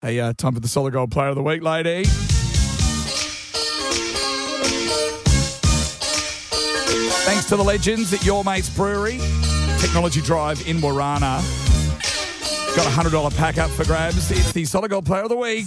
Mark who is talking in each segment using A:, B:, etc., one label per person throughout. A: Hey, uh, time for the Solid Gold Player of the Week, lady. Thanks to the legends at Your Mates Brewery, Technology Drive in Warana. Got a $100 pack up for grabs. It's the Solid Gold Player of the Week.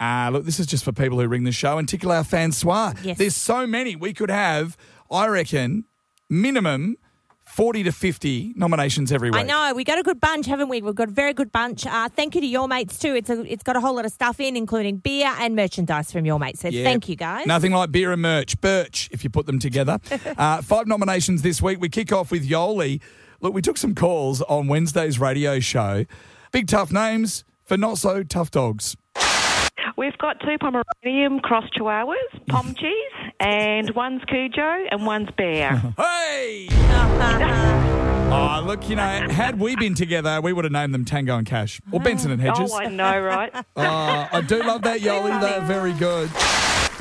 A: Uh, look, this is just for people who ring the show and tickle our Francois.
B: Yes.
A: There's so many. We could have, I reckon, minimum 40 to 50 nominations every week.
B: I know we got a good bunch, haven't we? We've got a very good bunch. Uh, thank you to your mates too. It's a, it's got a whole lot of stuff in, including beer and merchandise from your mates. So
A: Yeah.
B: thank you guys.
A: Nothing like beer and merch, birch, if you put them together. uh, five nominations this week. We kick off with Yoli. Look, we took some calls on Wednesday's radio show. Big tough names for not so tough dogs.
C: We've got two Pomeranian cross chihuahuas, Pomchis, and one's Cujo and one's Bear.
A: Hey!
B: Uh-huh.
A: Oh, look, you know, had we been together, we would have named them Tango and Cash or Benson and Hedges.
C: oh, I know, right?
A: Uh, I do love that Yoli. They're very good.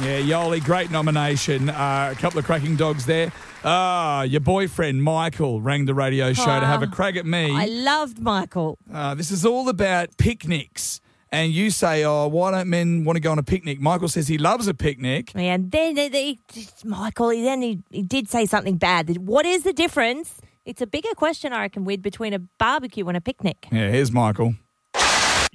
A: Yeah, Yoli, great nomination. Uh, a couple of cracking dogs there. Ah, your boyfriend Michael rang the radio show to have a crack at me.
B: Ah, I loved Michael.
A: Uh, this is all about picnics. And you say, oh, why don't men want to go on a picnic? Michael says he loves a picnic.
B: And then they, they, Michael, he, then he, he did say something bad. What is the difference? It's a bigger question, I reckon, with between a barbecue and a picnic.
A: Yeah, here's Michael.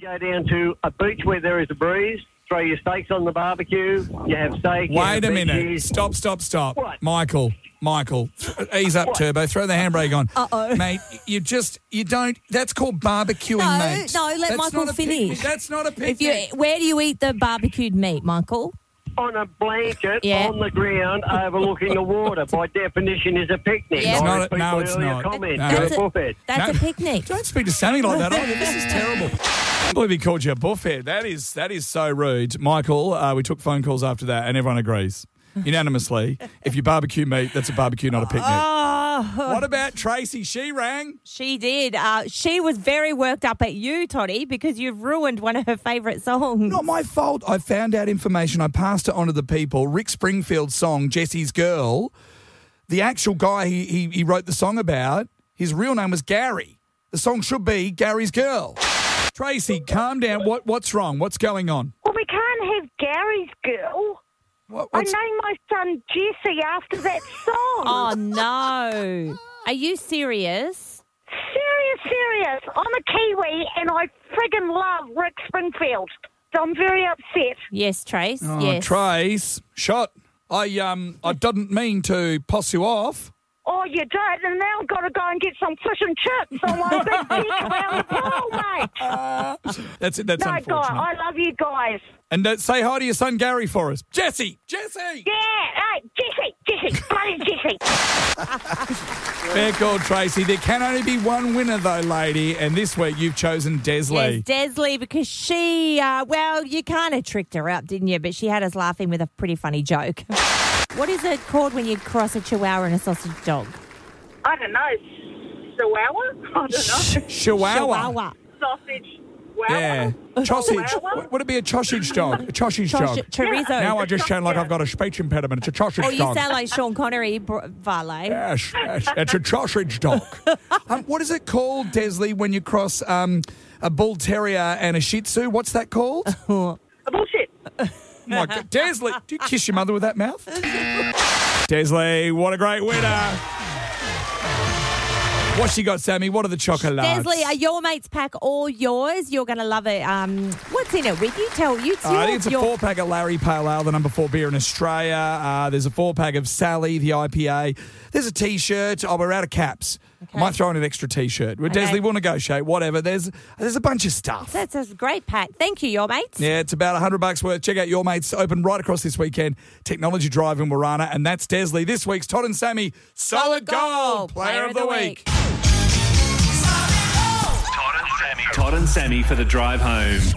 D: go down to a beach where there is a breeze, throw your steaks on the barbecue, you have steak. you
A: Wait
D: have
A: a minute.
D: veggies.
A: Stop, stop, stop.
D: What?
A: Michael, Michael, th- ease up, Turbo. Throw the handbrake on.
B: Uh-oh.
A: Mate, you just, you don't, that's called barbecuing,
B: No,
A: mate.
B: no, let
A: That's
B: Michael
A: not a picnic.
B: finish.
A: That's not a picnic.
B: If you, where do you eat the barbecued meat, Michael?
D: On a blanket
B: Yeah.
D: on the ground overlooking the water, by definition, is a picnic.
B: Yeah. It's
A: not a-
D: respect
A: no,
D: my
A: it's
D: earlier
A: not.
D: Comment.
A: No.
D: You're
B: That's
D: a
B: a-
D: buffhead.
B: That's a
A: No.
B: picnic.
A: Don't speak to Sammy like that. Oh, this is terrible. I can't believe he called you a buffhead. That is that is so rude, Michael. Uh, we took phone calls after that, and everyone agrees unanimously. if you barbecue meat, that's a barbecue, not a picnic.
B: Oh.
A: What about Tracy? She rang.
B: She did. Uh, she was very worked up at you, Toddy, because you've ruined one of her favourite songs.
A: Not my fault. I found out information. I passed it on to the people. Rick Springfield's song "Jesse's Girl." The actual guy he, he, he wrote the song about, his real name was Gary. The song should be Gary's Girl. Tracy, calm down. What what's wrong? What's going on?
E: Well, we can't have Gary's girl.
A: What,
E: I
A: what's
E: named my son Jesse after that song.
B: Oh no! Are you serious?
E: Serious, serious. I'm a Kiwi and I friggin' love Rick Springfield. So I'm very upset.
B: Yes, Trace.
A: Oh,
B: yes.
A: Trace, shot. I um, I didn't mean to poss you off.
E: Oh, you did, and now I've got to go and get some fish and chips on my big dick around the pool, mate.
A: That's it. That's
E: no,
A: unfortunate.
E: God, I love you guys.
A: And uh, say hi to your son Gary for us, Jesse. Jesse.
E: Yeah, hey, Jesse, Jesse, bloody Jesse.
A: Fair call, Tracy. There can only be one winner though, lady. And this week you've chosen
B: Yes,
A: Desley.
B: Desley, because she, uh, well, you kind of tricked her up, didn't you? But she had us laughing with a pretty funny joke. what is it called when you cross a chihuahua and a sausage dog?
F: I don't know. Chihuahua? I don't know.
A: Chihuahua.
B: Chihuahua.
F: Sausage. Wow.
A: Yeah. Sausage. W- Would it be a sausage dog? A sausage dog.
B: Chosh- chorizo.
A: Now I just sound like I've got a speech impediment. It's a sausage
B: or Oh, you
A: dog.
B: sound like Sean Connery, br- Varley.
A: Yes, yes, it's a sausage dog. um, what is it called, Desley, when you cross um, a bull terrier and a Shih Tzu? What's that called? oh
F: Bullshit.
A: my God, Desley, do you kiss your mother with that mouth? Desley, what a great winner! What's she got, Sammy? What are the chocolates?
B: Desley, are your mates pack all yours? You're going to love it. Um, what's in it? With you tell you. It's
A: Uh, I think
B: yours,
A: it's a
B: your-
A: four pack of Larry Pale Ale, the number four beer in Australia. Uh, there's a four pack of Sally, the IPA. There's a t shirt. Oh, we're out of caps. I Might throw in an extra t shirt. Well,
B: Okay.
A: Desley, we'll negotiate, whatever. There's there's a bunch of stuff.
B: That's a great pack. Thank you, your mates.
A: Yeah, it's about 100 bucks worth. Check out Your Mates open right across this weekend. Technology Drive in Warana. And that's Desley. This week's Todd and Sammy Solid Gold Player of the Week.
G: Todd and Sammy. Todd and Sammy for the drive home.